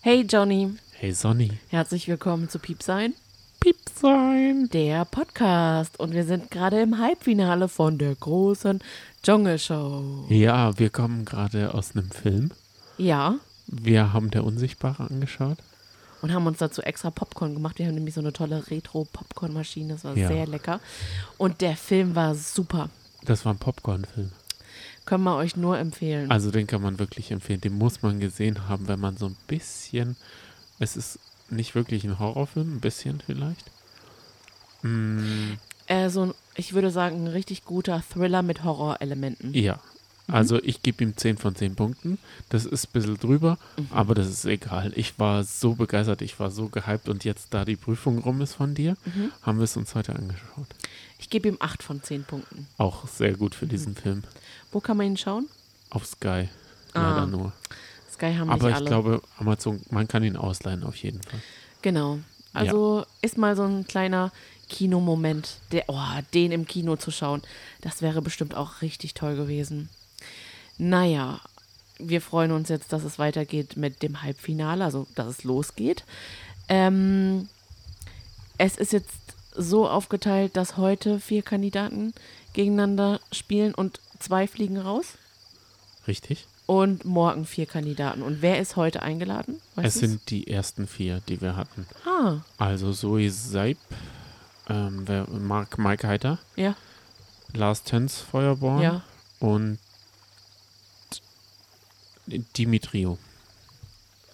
Hey Johnny, Hey Sonny. herzlich willkommen zu Piepsein, Piep sein. der Podcast. Und wir sind gerade im Halbfinale von der großen Dschungel Show. Ja, wir kommen gerade aus einem Film. Ja, Wir haben der Unsichtbare angeschaut. und haben uns dazu extra Popcorn gemacht. Wir haben nämlich so eine tolle Retro-Popcorn-Maschine, das war Ja. sehr lecker. Und der Film war super. Das war ein Popcorn-Film. Können wir euch nur empfehlen. Also den kann man wirklich empfehlen. Den muss man gesehen haben, wenn man so ein bisschen. Es ist nicht wirklich ein Horrorfilm, ein bisschen vielleicht. Mm, Äh, so ein, ich würde sagen, ein richtig guter Thriller mit Horrorelementen. ja. Also ich gebe ihm 10 von 10 Punkten. Das ist ein bisschen drüber, aber das ist egal. Ich war so begeistert, ich war so gehypt und jetzt, da die Prüfung rum ist von dir, haben wir es uns heute angeschaut. Ich gebe ihm 8 von 10 Punkten. Auch sehr gut für diesen Film. Wo kann man ihn schauen? Auf Sky. Ah, Leider nur. Sky haben Aber nicht ich alle. glaube, Amazon, man kann ihn ausleihen auf jeden Fall. Genau. Also ist mal so ein kleiner Kinomoment, der, oh, den im Kino zu schauen, das wäre bestimmt auch richtig toll gewesen. Naja, wir freuen uns jetzt, dass es weitergeht mit dem Halbfinale, also dass es losgeht. Ähm, es ist jetzt so aufgeteilt, dass heute vier Kandidaten gegeneinander spielen und zwei fliegen raus Richtig? und morgen vier Kandidaten. Und wer ist heute eingeladen? Es Weißt du's? sind die ersten vier, die wir hatten. Ah, Also Zoe Seib, ähm, wer, Mark, Mike Heiter, ja, Lars Tens Feuerborn ja. und Dimitrio.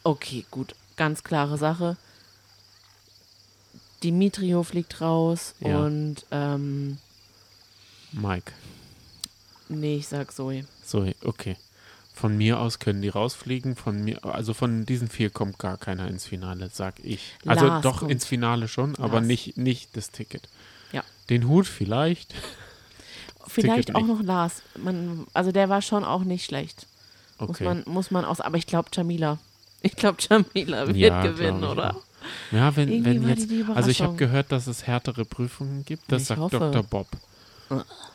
Okay, gut. Ganz klare Sache. Dimitrio fliegt raus Ja. und ähm, Mike. nee, ich sag Zoe. Zoe, okay. Von mir aus können die rausfliegen. Von mir, also von diesen vier kommt gar keiner ins Finale, sag ich. Also Lars doch kommt. ins Finale schon, aber Lars. nicht, nicht das Ticket. Ja. Den Hut vielleicht. Vielleicht Ticket auch nicht. noch Lars. Man, also der war schon auch nicht schlecht. Muss Okay. man, muss man aus. Aber ich glaube Jamila. Ich glaube Jamila wird Ja, gewinnen, glaub ich oder? auch. Ja, wenn, Irgendwie wenn war die jetzt. die also ich habe Überraschung. gehört, dass es härtere Prüfungen gibt. Das Ich sagt hoffe. Dr. Bob.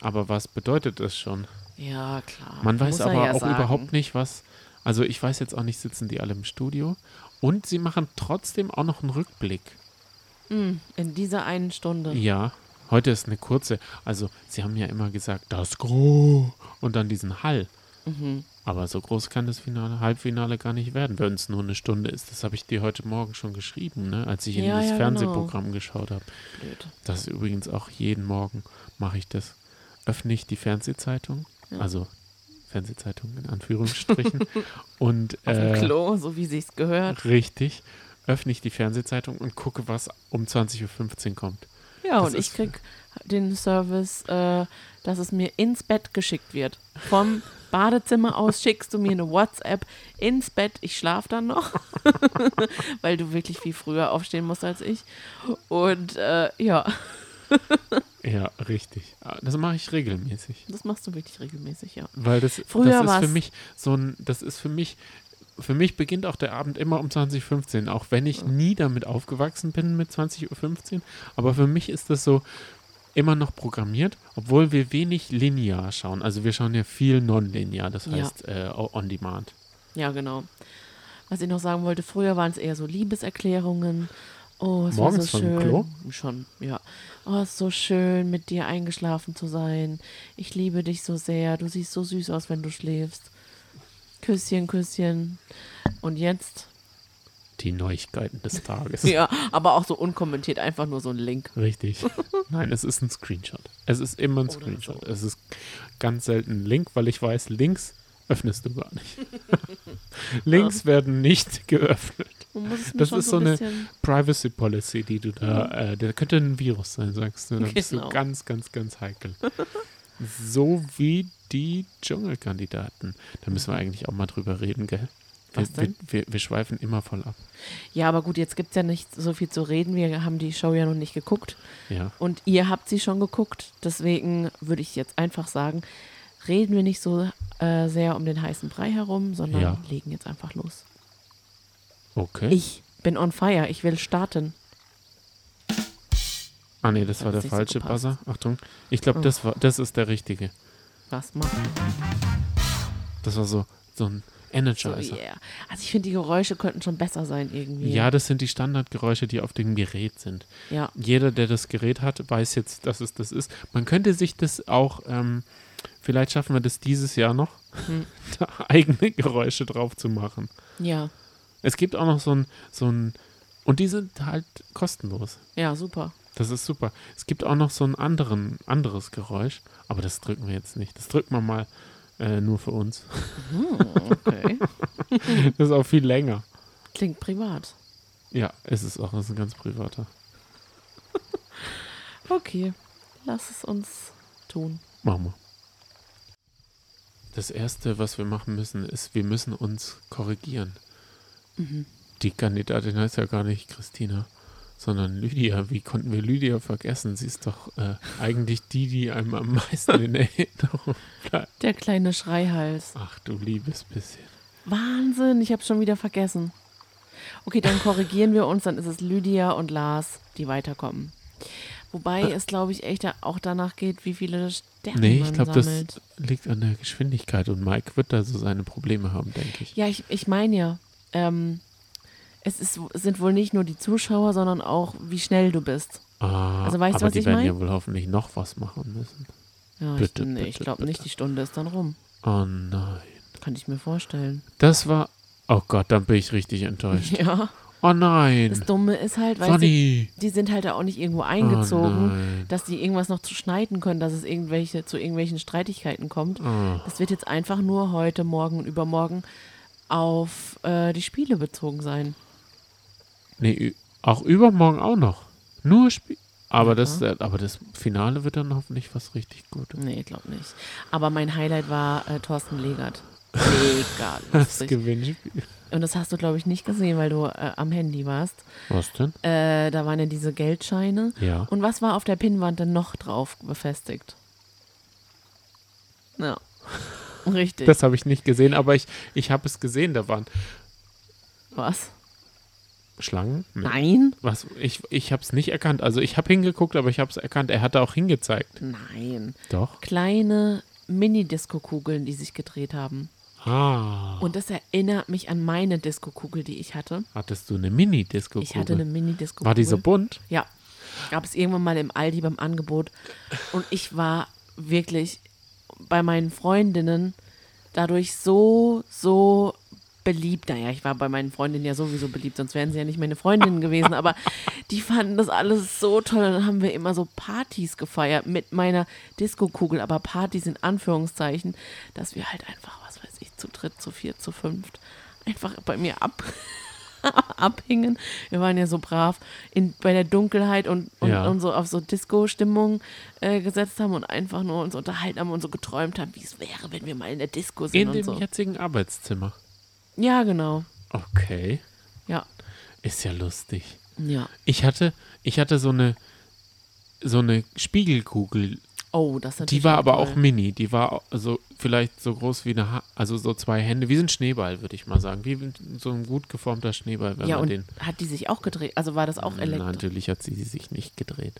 Aber was bedeutet das schon? Ja, klar. Man weiß Muss er aber ja auch sagen. überhaupt nicht, was. Also ich weiß jetzt auch nicht, sitzen die alle im Studio. Und sie machen trotzdem auch noch einen Rückblick. In dieser einen Stunde. Ja, heute ist eine kurze. Also, sie haben ja immer gesagt, das Gro und dann diesen Hall. Mhm. Aber so groß kann das Finale, Halbfinale gar nicht werden, wenn es nur eine Stunde ist. Das habe ich dir heute Morgen schon geschrieben, ne? als ich in Ja, das ja, genau. Fernsehprogramm geschaut habe. Blöd. Das ist übrigens auch jeden Morgen mache ich das. Öffne ich die Fernsehzeitung, also Fernsehzeitung in Anführungsstrichen und Auf dem äh, Klo, so wie sich's gehört. richtig öffne ich die Fernsehzeitung und gucke, was um 20.15 Uhr kommt. Ja, Das und ich ist- krieg den Service, äh, dass es mir ins Bett geschickt wird. Vom Badezimmer aus schickst du mir eine WhatsApp ins Bett. Ich schlafe dann noch, weil du wirklich viel früher aufstehen musst als ich. Und äh, ja, Ja, richtig. Ah, Das mache ich regelmäßig. das machst du wirklich regelmäßig, ja. Weil das, Früher das ist war's- für mich so ein, das ist für mich, für mich beginnt auch der Abend immer um 20.15 Uhr, auch wenn ich nie damit aufgewachsen bin mit 20.15 Uhr. Aber für mich ist das so immer noch programmiert, obwohl wir wenig linear schauen. Also wir schauen ja viel nonlinear, das Ja. heißt äh, on demand. Ja, genau. Was ich noch sagen wollte, früher waren es eher so Liebeserklärungen. Oh, es Morgens war so schon im schön. Klo? Schon, ja. Oh, es ist so schön, mit dir eingeschlafen zu sein. Ich liebe dich so sehr. Du siehst so süß aus, wenn du schläfst. Küsschen, Küsschen. Und jetzt? Die Neuigkeiten des Tages. Ja, aber auch so unkommentiert, einfach nur so ein Link. Richtig. Nein, es ist ein Screenshot. Es ist immer ein Oder Screenshot. Es ist ganz selten ein Link, weil ich weiß, Links öffnest du gar nicht. Links werden nicht geöffnet. Man muss es mir Das schon ist so so eine- bisschen, Privacy Policy, die du da, äh, da könnte ein Virus sein, sagst du. Da bist Genau. du ganz, ganz, ganz heikel. so wie die Dschungelkandidaten. Da müssen wir eigentlich auch mal drüber reden, gell? Wir, Was denn? Wir, wir, wir schweifen immer voll ab. Ja, aber gut, jetzt gibt es ja nicht so viel zu reden. Wir haben die Show ja noch nicht geguckt. Ja. Und ihr habt sie schon geguckt, deswegen würde ich jetzt einfach sagen, reden wir nicht so äh, sehr um den heißen Brei herum, sondern Ja. legen jetzt einfach los. Okay. Ich bin on fire, ich will starten. ah nee, das war der Hat's nicht so falsche gepasst. Oh. Buzzer. Achtung. Ich glaube, das war das ist der richtige. Was machen? Das war so, so ein Energizer. So, yeah. Also ich finde, die Geräusche könnten schon besser sein irgendwie. Ja, das sind die Standardgeräusche, die auf dem Gerät sind. Ja. Jeder, der das Gerät hat, weiß jetzt, dass es das ist. Man könnte sich das auch, ähm, vielleicht schaffen wir das dieses Jahr noch, da eigene Geräusche drauf zu machen. Ja. Es gibt auch noch so ein, so ein, und die sind halt kostenlos. Ja, super. Das ist super. Es gibt auch noch so ein anderen, anderes Geräusch, aber das drücken wir jetzt nicht. Das drücken wir mal äh, nur für uns. Hm, okay. Das ist auch viel länger. Klingt privat. Ja, es ist auch, es ist ein ganz privater. Okay, lass es uns tun. Machen wir. Das erste, was wir machen müssen, ist, wir müssen uns korrigieren. Mhm. Die Kandidatin heißt ja gar nicht Christina, sondern Lydia. Wie konnten wir Lydia vergessen? Sie ist doch äh, eigentlich die, die einem am meisten in Erinnerung bleibt. Der kleine Schreihals. Ach du liebes bisschen. Wahnsinn, ich habe schon wieder vergessen. Okay, dann korrigieren wir uns, dann ist es Lydia und Lars, die weiterkommen. Wobei es, glaube ich, echt da- auch danach geht, wie viele Sterne Äh. Nee, man ich glaube, das sammelt. liegt an der Geschwindigkeit und Mike wird da so seine Probleme haben, denke ich. Ja, ich, ich meine ja, ähm, es, ist, es sind wohl nicht nur die Zuschauer, sondern auch, wie schnell du bist. Ah, Also weißt du, aber was die ich werden mein? ja wohl hoffentlich noch was machen müssen. Ja, Bitte, ich, nee, ich bitte, glaube nicht, die Stunde ist dann rum. Oh nein. Kann ich mir vorstellen. Das war. Oh Gott, dann bin ich richtig enttäuscht. Ja. Oh nein. Das Dumme ist halt, weißt du, Sonny. die sind halt da auch nicht irgendwo Oh eingezogen, nein. dass die irgendwas noch zu schneiden können, dass es irgendwelche zu irgendwelchen Streitigkeiten kommt. Oh. Das wird jetzt einfach nur heute, morgen und übermorgen auf äh, die Spiele bezogen sein. Nee, ü- auch übermorgen auch noch. Nur Spiel. Aber, das, äh, aber das Finale wird dann hoffentlich was richtig Gutes. Nee, glaub nicht. Aber mein Highlight war äh, Thorsten Legert. Mega Das lustig. Gewinnspiel. Und das hast du, glaube ich, nicht gesehen, weil du äh, am Handy warst. Was denn? Äh, da waren ja diese Geldscheine. Ja. Und was war auf der Pinnwand denn noch drauf befestigt? Ja. Richtig. Das habe ich nicht gesehen, aber ich, ich habe es gesehen. Da waren was? Schlangen. Nee. Nein? Was, ich ich habe es nicht erkannt. Also ich habe hingeguckt, aber ich habe es erkannt. Er hatte auch hingezeigt. Nein. Doch. Kleine Mini-Disco-Kugeln, die sich gedreht haben. Ah. Und das erinnert mich an meine Disco-Kugel, die ich hatte. Hattest du eine Mini-Disco? Ich hatte eine Mini-Disco-Kugel. War die so bunt? Ja. Gab es irgendwann mal im Aldi beim Angebot. Und ich war wirklich bei meinen Freundinnen dadurch so, so beliebt. Naja, ich war bei meinen Freundinnen ja sowieso beliebt, sonst wären sie ja nicht meine Freundinnen gewesen. Aber die fanden das alles so toll. Und dann haben wir immer so Partys gefeiert mit meiner Disco-Kugel, aber Partys in Anführungszeichen, dass wir halt einfach, was weiß ich, zu dritt, zu viert, zu fünft einfach bei mir ab abhingen. Wir waren ja so brav in, bei der Dunkelheit und, und, Ja. und so auf so Disco-Stimmung äh, gesetzt haben und einfach nur uns unterhalten haben und so geträumt haben, wie es wäre, wenn wir mal in der Disco sind In und dem so. jetzigen Arbeitszimmer. Ja, genau. Okay. Ja. Ist ja lustig. Ja. Ich hatte, ich hatte so eine, so eine Spiegelkugel. Oh, das hat Die war aber auch mini. Die war au- also vielleicht so groß wie eine, ha also so zwei Hände, wie so ein Schneeball, würde ich mal sagen. Wie so ein gut geformter Schneeball, wenn Ja, man und den. hat die sich auch gedreht? Also war das auch elektrisch? Natürlich hat sie sich nicht gedreht.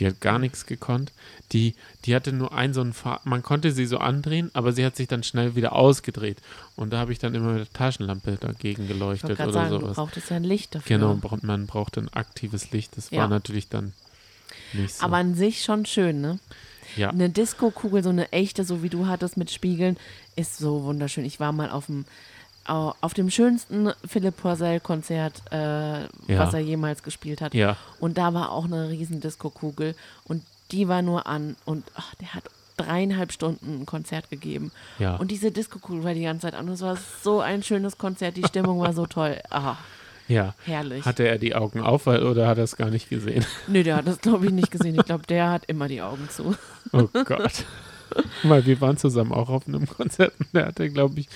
Die hat gar nichts gekonnt. Die, die hatte nur einen so einen Faden. Man konnte sie so andrehen, aber sie hat sich dann schnell wieder ausgedreht. Und da habe ich dann immer mit der Taschenlampe dagegen Ich wollte geleuchtet gerade oder sagen, du sowas. brauchtest ja ein Licht dafür. Genau, bra- man braucht ein aktives Licht. Das Ja. war natürlich dann nicht so. Aber an sich schon schön, ne? ja. Eine Disco-Kugel, so eine echte, so wie du hattest mit Spiegeln, ist so wunderschön. Ich war mal auf dem, au- auf dem schönsten Philipp Porzell-Konzert, äh, was er jemals gespielt hat. ja. Und da war auch eine riesen Disco-Kugel und die war nur an und ach, der hat dreieinhalb Stunden ein Konzert gegeben. Ja. Und diese Disco-Kugel war die ganze Zeit an und es war so ein schönes Konzert, die Stimmung war so toll. Ah, Ja. herrlich. Hatte er die Augen auf weil- oder hat er es gar nicht gesehen? Nö, der hat das, glaube ich, nicht gesehen. Ich glaube, der hat immer die Augen zu. Oh Gott. Weil wir waren zusammen auch auf einem Konzert und er hatte, glaube ich,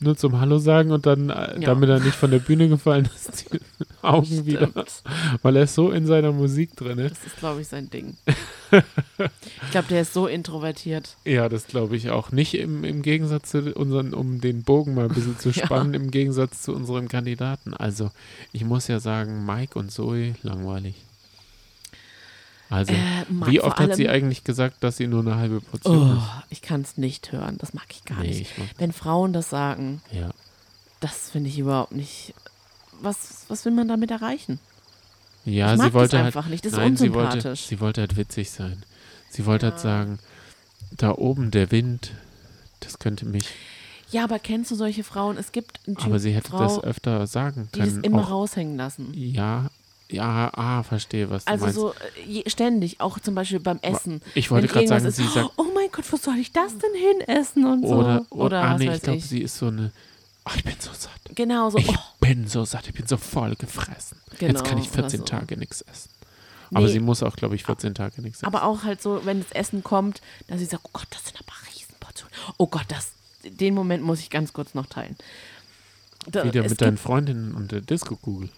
nur zum Hallo sagen und dann, äh, Ja. damit er nicht von der Bühne gefallen ist, die Augen wieder. Stimmt. Weil er ist so in seiner Musik drin. Ne? Das ist, glaube ich, sein Ding. ich glaube, der ist so introvertiert. Ja, das glaube ich auch. Nicht im, im Gegensatz zu unseren, um den Bogen mal ein bisschen zu Ja. spannen, im Gegensatz zu unseren Kandidaten. Also, ich muss ja sagen, Mike und Zoe, langweilig. Also, Äh, Mike wie vor oft hat sie allem- eigentlich gesagt, dass sie nur eine halbe Oh, Portion ist? ich kann es nicht hören. Das mag ich gar Nee, nicht. ich mag- Wenn Frauen das sagen, Ja. das finde ich überhaupt nicht. Was, was will man damit erreichen? Ja, ich mag sie wollte das halt. einfach nicht. Das ist nein, sie unsympathisch. wollte, sie wollte halt witzig sein. Sie wollte Ja. halt sagen, da oben der Wind, das könnte mich. ja, aber kennst du solche Frauen? Es gibt einen Typ Aber sie hätte das Frau, öfter sagen die das können. immer auch, raushängen lassen. ja, ja, ah, verstehe, was du Also meinst. so äh, je- ständig, auch zum Beispiel beim Essen. ich wollte Wenn gerade irgendwas sagen, sie sagt, oh mein Gott, wo soll ich das denn hin essen und so? oder, oder, ah, was nee, weiß ich glaube, ich. sie ist so eine, ach, ich bin so satt. genau so. Ich Oh, bin so satt, ich bin so voll gefressen. Genau, Jetzt kann ich oder 14 so. Tage nichts essen. Aber Nee. sie muss auch, glaube ich, 14 Tage nichts essen. aber auch halt so, wenn das Essen kommt, dass ich sage, oh Gott, das sind aber Riesenportionen. Oh Gott, das, den Moment muss ich ganz kurz noch teilen. Da, Wieder äh, es mit deinen Freundinnen und der Disco-Kugel.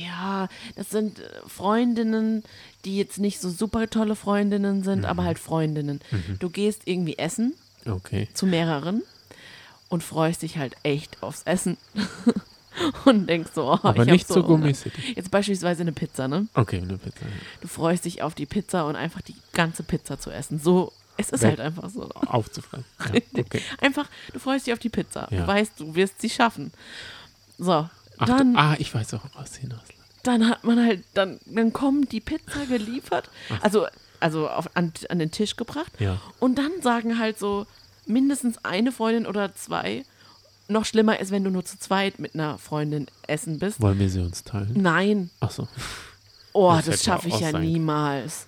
Ja, das sind äh, Freundinnen, die jetzt nicht so super tolle Freundinnen sind, aber Mhm. halt Freundinnen. Du gehst irgendwie essen Okay. zu mehreren und freust dich halt echt aufs Essen und denkst so, oh, Aber ich nicht hab zu so Hunger. Gummi City. Jetzt beispielsweise eine Pizza, ne? Okay, eine Pizza. Du freust dich auf die Pizza und einfach die ganze Pizza zu essen. So, es ist Wenn- halt einfach so. Aufzufallen. Ja, okay. Einfach, du freust dich auf die Pizza. Ja. Du weißt, du wirst sie schaffen. So, Ach, dann du- ah, ich weiß auch, was hinaus. dann hat man halt, dann, dann kommen die Pizza geliefert, also, also auf, an, an den Tisch gebracht. Ja. Und dann sagen halt so mindestens eine Freundin oder zwei, noch schlimmer ist, wenn du nur zu zweit mit einer Freundin essen bist. Wollen wir sie uns teilen? Nein, Ach so. oh, Das das, hätte ja schaffe ich auch ja sein- niemals.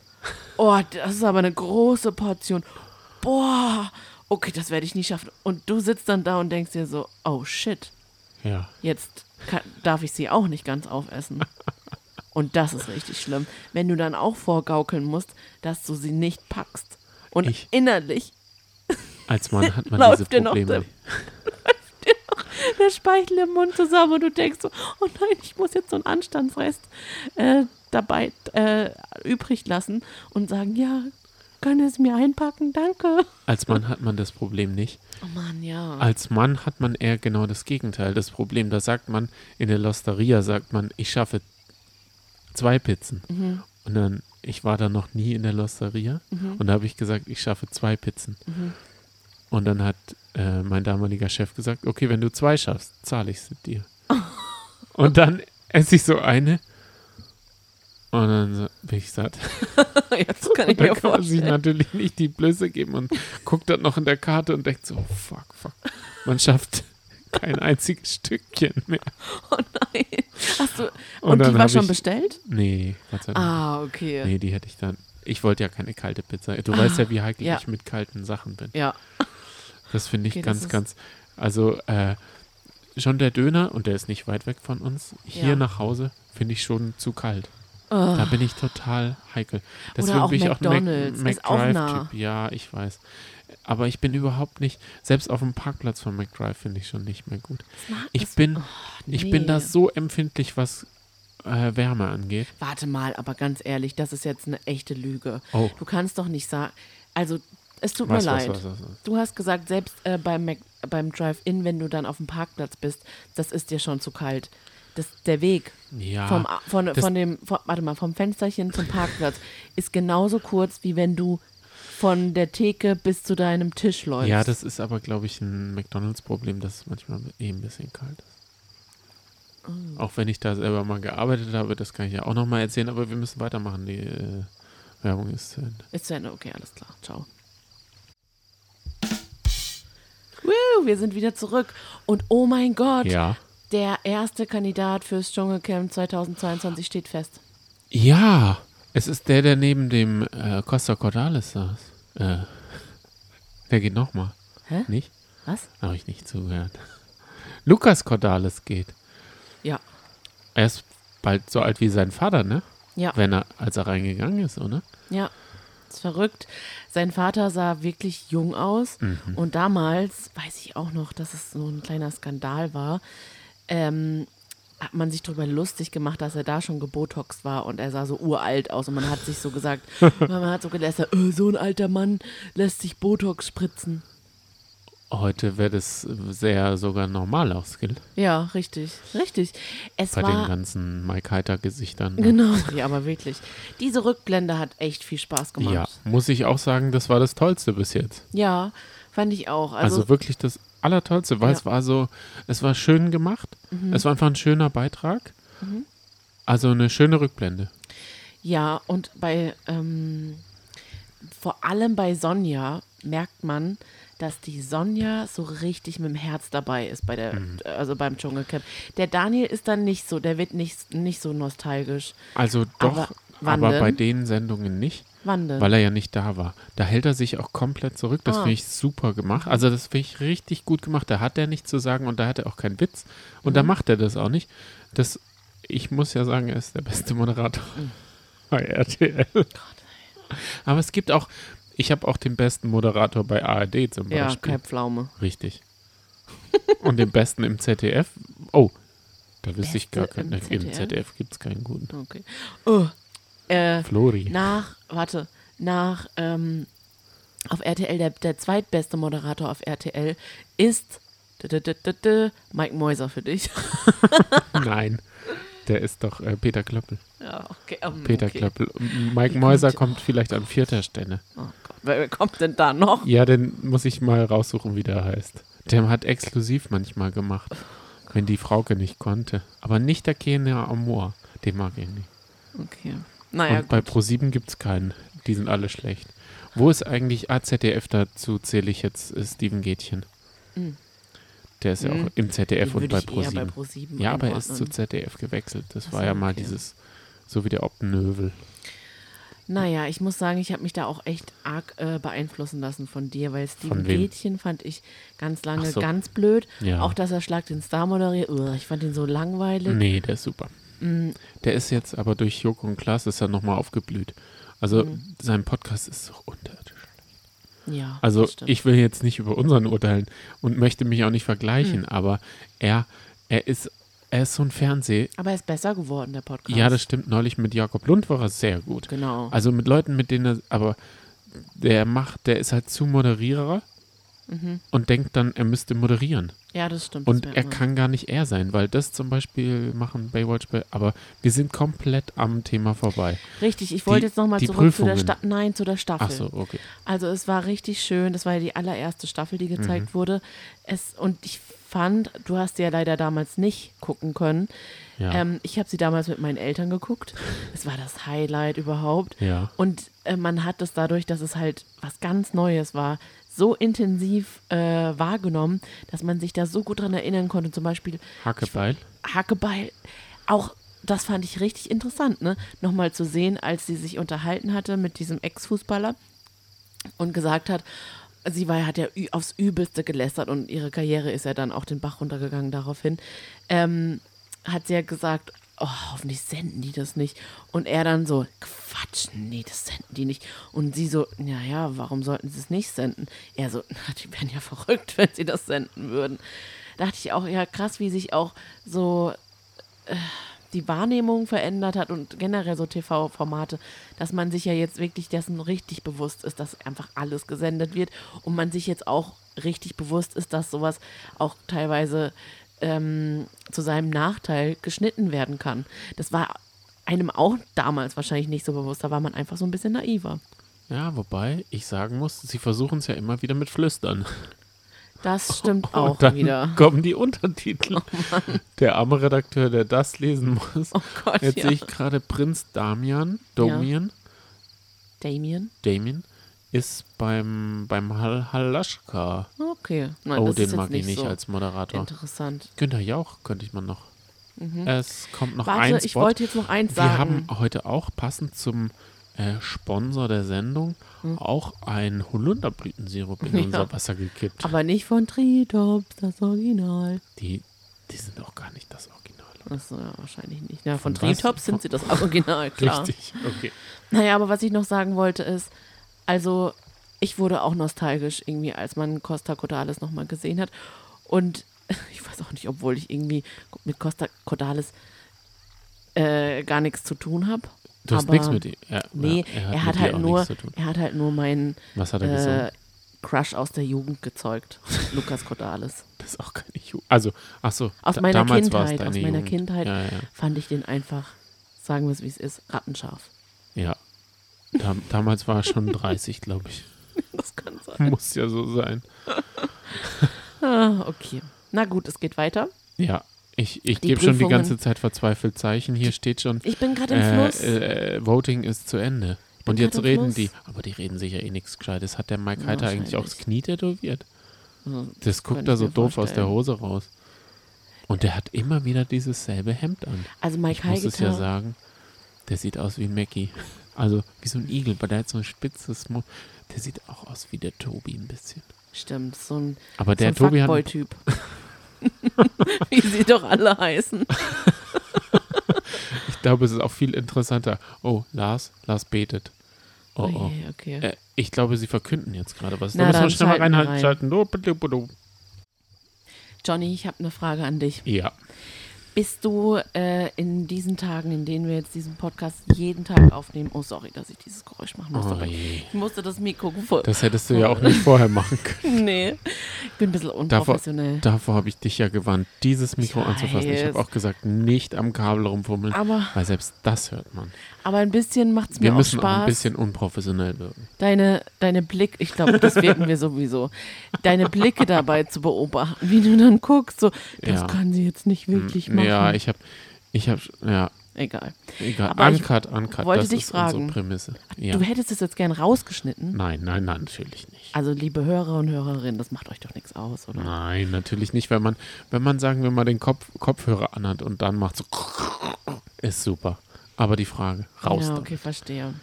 Oh, das ist aber eine große Portion. Boah, okay, das werde ich nie schaffen. Und du sitzt dann da und denkst dir so, oh shit, Ja. jetzt kann, darf ich sie auch nicht ganz aufessen. Und das ist richtig schlimm, wenn du dann auch vorgaukeln musst, dass du sie nicht packst. Und Ich- innerlich Als Mann hat man Läuft diese dir noch Probleme. der- der Speichel im Mund zusammen und du denkst so, oh nein, ich muss jetzt so einen Anstandsrest äh, dabei äh, übrig lassen und sagen, ja, können Sie es mir einpacken, danke. Als Mann hat man das Problem nicht. Oh Mann, ja. Als Mann hat man eher genau das Gegenteil. Das Problem, da sagt man, in der Losteria sagt man, ich schaffe zwei Pizzen. Und dann, ich war da noch nie in der Losteria und da habe ich gesagt, ich schaffe zwei Pizzen. Und dann hat äh, mein damaliger Chef gesagt, okay, wenn du zwei schaffst, zahle ich sie dir. und dann esse ich so eine und dann so- bin ich satt. Jetzt kann ich Und dann mir kann man sich vorstellen. natürlich nicht die Blöße geben und guckt dann noch in der Karte und denkt so, oh, fuck, fuck. Man schafft kein einziges Stückchen mehr. Oh nein. Hast du, Und und dann die war hab schon ich- bestellt? Nee, Gott sei Dank. Ah, okay. Nee, die hätte ich dann. Ich wollte ja keine kalte Pizza. Du weißt ja, wie heikel Ah, ja. ich mit kalten Sachen bin. Ja. Das finde ich Okay, das ganz, ist- ganz. Also, äh, schon der Döner, und der ist nicht weit weg von uns, hier Ja. nach Hause, finde ich schon zu kalt. Ah. Da bin ich total heikel. Deswegen auch bin ich McDonald's, auch ein Mac, ist auch McDrive-Typ. nah. Ja, ich weiß. Aber ich bin überhaupt nicht, selbst auf dem Parkplatz von McDrive finde ich schon nicht mehr gut. mag Ich das- oh, bin, ich bin da nee. so empfindlich, was äh, Wärme angeht. Warte mal, aber ganz ehrlich, das ist jetzt eine echte Lüge. Oh. Du kannst doch nicht sagen. Also, es tut Was, mir was, leid. was, was, was. Du hast gesagt, selbst äh, beim, Mac- beim Drive-In, wenn du dann auf dem Parkplatz bist, das ist dir schon zu kalt. Das, der Weg Ja. vom, A- von, Ah. das- von dem, von, warte mal, vom Fensterchen zum Parkplatz ist genauso kurz, wie wenn du von der Theke bis zu deinem Tisch läufst. ja, das ist aber, glaube ich, ein McDonalds-Problem, dass es manchmal eh ein bisschen kalt ist. Oh. Auch wenn ich da selber mal gearbeitet habe, das kann ich ja auch nochmal erzählen, aber wir müssen weitermachen. Die äh, Werbung ist zu Ende. Ist zu Ende. Okay, alles klar. Ciao. Woo, wir sind wieder zurück. Und oh mein Gott, Ja. der erste Kandidat fürs Dschungelcamp 2022 steht fest. Ja, es ist der, der neben dem äh, Costa Cordalis saß. Äh, der geht nochmal. Hä? Nicht? Was? Habe ich nicht zugehört. Lukas Cordalis geht. Ja. Er ist bald so alt wie sein Vater, ne? Ja. Wenn er, als er reingegangen ist, oder? Ja. Ist verrückt. Sein Vater sah wirklich jung aus. Mhm. Und damals, weiß ich auch noch, dass es so ein kleiner Skandal war, ähm, hat man sich darüber lustig gemacht, dass er da schon gebotoxt war und er sah so uralt aus und man hat sich so gesagt, man hat so gelässt, äh, so ein alter Mann lässt sich Botox spritzen. Heute wäre das äh, sehr sogar normal ausgilt. Ja, richtig, richtig. Es Bei den ne? war ganzen Mike Heiter-Gesichtern. genau, ja, aber wirklich. Diese Rückblende hat echt viel Spaß gemacht. Ja, muss ich auch sagen, das war das Tollste bis jetzt. Ja, fand ich auch. Also, Also, wirklich das Allertollste, weil Ja. Mhm. es war so, es war schön gemacht. Es war einfach ein schöner Beitrag. Also eine schöne Rückblende. Ja, und bei ähm, vor allem bei Sonja merkt man, dass die Sonja so richtig mit dem Herz dabei ist bei der, Mhm. also beim Dschungelcamp. Der Daniel ist dann nicht so, der wird nicht, nicht so nostalgisch. Also doch, Aber wann aber, bei denn? den Sendungen nicht, Wann denn? weil er ja nicht da war. Da hält er sich auch komplett zurück. Das Ah. finde ich super gemacht. Also das finde ich richtig gut gemacht. Da hat er nichts zu sagen und da hat er auch keinen Witz. Und Mhm. da macht er das auch nicht. Das, ich muss ja sagen, er ist der beste Moderator Mhm. bei RTL. Aber es gibt auch, ich habe auch den besten Moderator bei ARD zum ja, Beispiel. keine Pflaume. Richtig. Und den besten im ZDF. Oh, da wüsste ich gar Beste im keinen. Im ZDF, ZDF? Im ZDF gibt es keinen guten. Okay. Oh, äh, Flori. nach, warte, nach ähm, auf RTL, der, der zweitbeste Moderator auf RTL ist d -d -d -d -d, Mike Mäuser für dich. Nein. Der ist doch äh, Peter Klöppel. ja, okay. ähm, Peter okay. Klöppel. Und Mike Mäuser kommt vielleicht an vierter Stelle. Oh Gott, wer wer kommt denn da noch? Ja, den muss ich mal raussuchen, wie der heißt. Der hat exklusiv manchmal gemacht, wenn die Frauke nicht konnte. Aber nicht der Kenia Amor. Den mag ich nicht. Okay. Naja, Und bei ProSieben gibt es keinen. Die sind alle schlecht. Wo ist eigentlich AZDF? Dazu zähle ich jetzt äh, Steven Gätchen. Der ist ja Mhm. auch im ZDF Hm. den und würde bei ich eher bei ProSieben. ProSieben Ja, aber er ist zu einordnen. ZDF gewechselt. Das Ach war so, ja mal okay. dieses, so wie der Obnövel. Naja, ich muss sagen, ich habe mich da auch echt arg äh, beeinflussen lassen von dir, weil Steven wem? Gätchen fand ich ganz lange Ach so. ganz blöd. Ja. Auch, dass er Schlag den Star moderiert. Ugh, ich fand ihn so langweilig. Mm, Nee, der ist super. Der ist jetzt aber durch Joko und Klaas ist er nochmal aufgeblüht. Also Mhm. sein Podcast ist so unterirdisch. Ja, Also das stimmt. ich will jetzt nicht über unseren urteilen und möchte mich auch nicht vergleichen, Mhm. aber er, er ist, er ist so ein Fernseh, Aber er ist besser geworden, der Podcast. Ja, das stimmt. Neulich mit Jakob Lund war er sehr gut. Genau. Also mit Leuten, mit denen er, aber der macht, der ist halt zu Moderierer und denkt dann, er müsste moderieren. ja, Mhm. das stimmt. Und das merkt er man. kann gar nicht er sein, weil das zum Beispiel machen Baywatch, Bay- aber wir sind komplett am Thema vorbei. Richtig, ich die- wollte jetzt nochmal die zurück zu der Prüfungen. Staffel. Nein, zu der Staffel. Ach so, okay. Also es war richtig schön. Das war ja die allererste Staffel, die gezeigt wurde. Es, und ich fand, du hast sie ja leider damals nicht gucken können. Ja. Ähm, ich habe sie damals mit meinen Eltern geguckt. Es war das Highlight überhaupt. Ja. Und äh, man hat das dadurch, dass es halt was ganz Neues war, so intensiv äh, wahrgenommen, dass man sich da so gut dran erinnern konnte. Zum Beispiel Hackebeil. Hackebeil, auch das fand ich richtig interessant, ne? Nochmal zu sehen, als sie sich unterhalten hatte mit diesem Ex-Fußballer und gesagt hat, sie war, hat ja ü- aufs Übelste gelästert und ihre Karriere ist ja dann auch den Bach runtergegangen daraufhin. Ähm, hat sie ja gesagt, oh, hoffentlich senden die das nicht. Und er dann so, Quatsch, nee, das senden die nicht. Und sie so, naja, warum sollten sie es nicht senden? Er so, na, die wären ja verrückt, wenn sie das senden würden. Dachte ich auch, ja, krass, wie sich auch so äh, die Wahrnehmung verändert hat und generell so TV-Formate, dass man sich ja jetzt wirklich dessen richtig bewusst ist, dass einfach alles gesendet wird und man sich jetzt auch richtig bewusst ist, dass sowas auch teilweise ähm, zu seinem Nachteil geschnitten werden kann. Das war einem auch damals wahrscheinlich nicht so bewusst, da war man einfach so ein bisschen naiver. Ja, wobei ich sagen muss, sie versuchen es ja immer wieder mit Flüstern. Das stimmt und auch dann wieder. kommen die Untertitel. der arme Redakteur, der das lesen muss. Oh Gott, Jetzt ja. sehe ich gerade Prinz Damian, Domian, Damien? Damien, ist beim, beim Hal Halaschka. Okay. Nein, Oh, das ist den jetzt mag ich nicht so als Moderator. Interessant. Günther Jauch könnte ich mal noch. Es kommt noch ein Mhm. Warte, Spot. ich wollte jetzt noch eins Wir sagen. haben heute auch passend zum äh, Sponsor der Sendung auch ein Holunderblütensirup in Hm. Ja. unser Wasser gekippt. Aber nicht von Tritops, das Original. die, die sind auch gar nicht das Original. Achso, ja, wahrscheinlich nicht. Ja, von Von was? Tritops sind sie das Original, klar. Richtig, okay. Naja, aber was ich noch sagen wollte ist, also ich wurde auch nostalgisch irgendwie, als man Costa Cordalis nochmal gesehen hat. Und ich weiß auch nicht, obwohl ich irgendwie mit Costa Cordalis äh, gar nichts zu tun habe. Du hast Aber- nichts mit ihm. Er, Nee, er hat, er mit hat dir halt auch nur, nichts zu tun. er hat halt nur meinen Was hat er äh, gesagt? Crush aus der Jugend gezeugt. Lukas Cordalis. Das ist auch keine Jugend. Also, ach so. Aus da- meiner damals war es Kindheit, aus deine meiner Jugend. Kindheit. Ja, ja. Fand ich den einfach, sagen wir es wie es ist, rattenscharf. ja. Dam damals war er schon 30, glaube ich. Das kann sein. Muss ja so sein. Ah, okay. Na gut, es geht weiter. Ja, ich, ich Die gebe schon die Prüfungen. ganze Zeit verzweifelt Zeichen. Hier steht schon, Ich bin gerade im äh, Fluss. äh, Voting ist zu Ende. Und bin jetzt grad im reden Fluss. die, aber die reden sich ja eh nichts Gescheites. Hat der Mike Heiter eigentlich Wahrscheinlich. aufs Knie tätowiert? Also, Das guckt Könnte da ich so mir doof aus der vorstellen. Hose raus. Und der hat immer wieder dieses selbe Hemd an. Also Ich Mike muss es ja Heigeter. sagen, der sieht aus wie ein Mackie. Also wie so ein Igel, aber der hat so ein spitzes Mo Der sieht auch aus wie der Tobi ein bisschen. Stimmt, so ein, Aber der so ein Tobi hat, Fuckboy-Typ. Wie sie doch alle heißen. ich glaube, es ist auch viel interessanter. Oh, Lars, Lars betet. Oh, oh. je, okay. Äh, ich glaube, sie verkünden jetzt gerade was. Na, da müssen dann wir schnell mal schalten wir reinhalten. rein. Schalten. Du, bitte, bitte. Johnny, ich habe eine Frage an dich. Ja, Bist du äh, in diesen Tagen, in denen wir jetzt diesen Podcast jeden Tag aufnehmen, oh sorry, dass ich dieses Geräusch machen musste, oh, aber ich je. musste das Mikrofon voll. das hättest du ja auch nicht vorher machen können. nee, ich bin ein bisschen Davor- unprofessionell. Davor habe ich dich ja gewarnt, dieses Mikro Ich anzufassen. Ich habe weiß. auch gesagt, nicht am Kabel rumfummeln, Aber, weil selbst das hört man. aber ein bisschen macht es Wir mir auch müssen Spaß. auch ein bisschen unprofessionell wirken. deine, deine Blick, ich glaube, das wirken wir sowieso, deine Blicke dabei zu beobachten, wie du dann guckst, so, das Ja. kann sie jetzt nicht wirklich machen. Ja, ich habe, ich habe, ja, Egal. egal. Aber ich uncut, uncut. wollte das dich ist fragen. unsere Prämisse. Ja. Du hättest es jetzt gern rausgeschnitten. Nein, nein, nein, natürlich nicht. Also, liebe Hörer und Hörerinnen, das macht euch doch nichts aus, oder? Nein, natürlich nicht, wenn man, wenn man sagen wir mal den Kopf, Kopfhörer anhat und dann macht so, ist super. Aber die Frage, raus. Mhm. Ja, dann. okay, verstehe.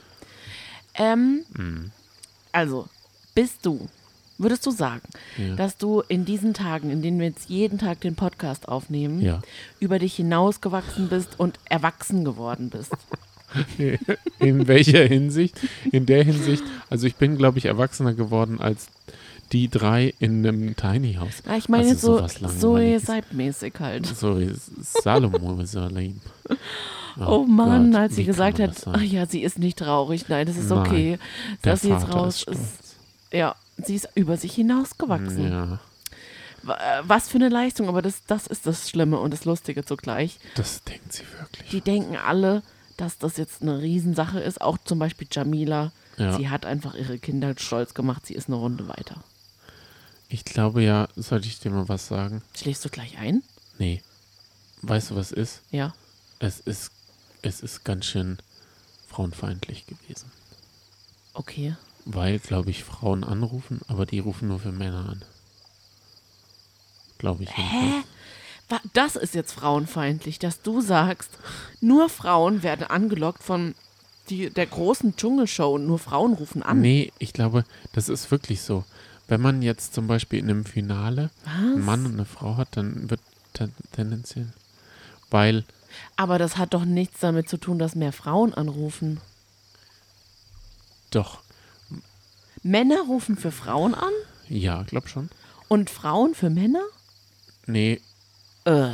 Ähm, Also, bist du, würdest du sagen, Ja. dass du in diesen Tagen, in denen wir jetzt jeden Tag den Podcast aufnehmen, Ja. über dich hinausgewachsen bist und erwachsen geworden bist? In welcher Hinsicht? In der Hinsicht, also ich bin, glaube ich, erwachsener geworden als die drei in einem Tiny House. Na, Ah, ich meine Also sowas jetzt so, so Langweiliges. seibmäßig halt. So ist Salomo Salim. Oh, Mann, Gott, als sie wie gesagt kann man hat, das ach sein? ja, sie ist nicht traurig, nein, das ist Nein, okay, Der dass sie jetzt Vater raus stolz. ist. Ja, sie ist über sich hinausgewachsen. Ja, W- äh, Was für eine Leistung, aber das, das ist das Schlimme und das Lustige zugleich. das denkt sie wirklich. die denken alle, dass das jetzt eine Riesensache ist. Auch zum Beispiel Jamila. Ja. Sie hat einfach ihre Kinder stolz gemacht. Sie ist eine Runde weiter. Ich glaube ja, sollte ich dir mal was sagen? Schläfst du gleich ein? Nee. Weißt du, was ist? Ja. Es ist, es ist ganz schön frauenfeindlich gewesen. Okay. Weil, glaube ich, Frauen anrufen, aber die rufen nur für Männer an. Glaube ich. jedenfalls. Wa- Das ist jetzt frauenfeindlich, dass du sagst, nur Frauen werden angelockt von die, der großen Dschungelshow und nur Frauen rufen an. Nee, ich glaube, das ist wirklich so. Wenn man jetzt zum Beispiel in einem Finale einen Mann und eine Frau hat, dann wird ten tendenziell. Weil, Aber das hat doch nichts damit zu tun, dass mehr Frauen anrufen. doch, Männer rufen für Frauen an ja, glaub schon. und Frauen für Männer? Nee, Äh,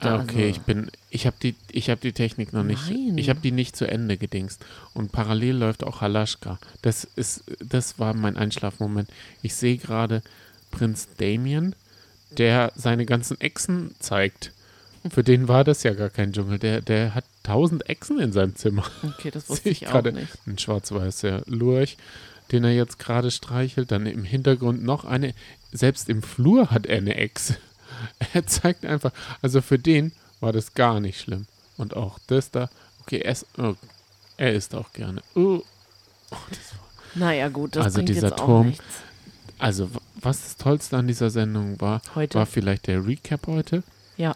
Ah, okay, also- ich bin, ich habe die, ich habe die Technik noch nicht, Nein. ich habe die nicht zu Ende gedingst. Und parallel läuft auch Halaschka. Das ist, das war mein Einschlafmoment. Ich sehe gerade Prinz Damien, der seine ganzen Echsen zeigt. Für den war das ja gar kein Dschungel. Der, der hat tausend Echsen in seinem Zimmer. Okay, das wusste Sehe ich ich auch gerade nicht. ein schwarz-weißer Lurch, den er jetzt gerade streichelt. Dann im Hintergrund noch eine. Selbst im Flur hat er eine Echse. Er zeigt einfach. Also für den war das gar nicht schlimm. Und auch das da. Okay, er, ist- oh, er isst auch gerne. Oh. Oh, das war, Naja, gut, das Also bringt dieser jetzt auch Turm- nichts. also, w- was das Tollste an dieser Sendung war, Heute. war vielleicht der Recap heute. Ja,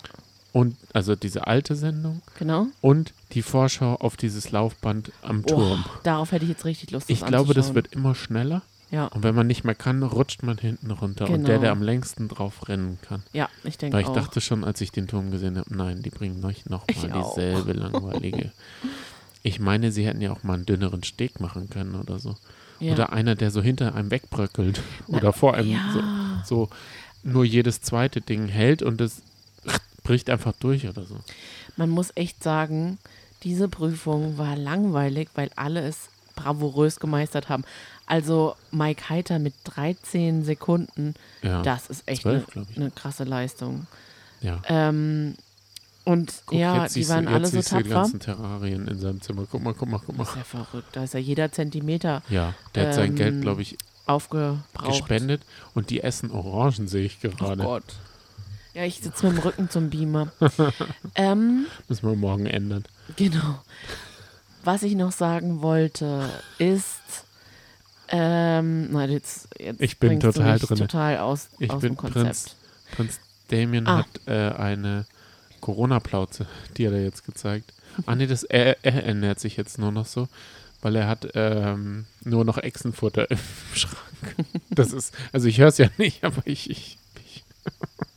Und also diese alte Sendung genau. und die Vorschau auf dieses Laufband am Turm. Oh, darauf hätte ich jetzt richtig Lust. ich glaube, das anzuschauen. wird immer schneller. Ja, Und wenn man nicht mehr kann, rutscht man hinten runter. Und Genau. der, der am längsten drauf rennen kann. ja, ich denke Weil ich auch. dachte schon, als ich den Turm gesehen habe, nein, die bringen euch Ich nochmal auch. dieselbe langweilige. Ich meine, sie hätten ja auch mal einen dünneren Steg machen können oder so. ja. Oder einer, der so hinter einem wegbröckelt. oder vor einem ja. so, so nur jedes zweite Ding hält und es bricht einfach durch oder so. Man muss echt sagen, diese Prüfung war langweilig, weil alle es bravourös gemeistert haben. Also Mike Heiter mit 13 Sekunden, Ja, das ist echt 12, eine, glaub ich. eine krasse Leistung. ja. Ähm, und Guck, ja, jetzt die siehst waren du, alle jetzt so siehst du die tapfer. ganzen Terrarien in seinem Zimmer. Guck mal, guck mal, guck mal. Das ist ja verrückt. Da ist ja jeder Zentimeter Ja, der hat sein Ähm, Geld, glaube ich, aufgebraucht. gespendet und die essen Orangen, sehe ich gerade. Oh Gott. Ja, ich sitze mit dem Rücken zum Beamer. ähm, Müssen wir morgen ändern. genau. Was ich noch sagen wollte, ist. Ähm, nein, jetzt, jetzt Ich bin bringst du total mich drinne. total aus, Ich aus bin dem Konzept. Prinz. Prinz Damien Ah. hat äh, eine Corona-Plauze, die hat er jetzt gezeigt. Ah nee, das er, er ernährt sich jetzt nur noch so, weil er hat ähm, nur noch Echsenfutter im Schrank. Das ist, also ich höre es ja nicht, aber ich, ich, ich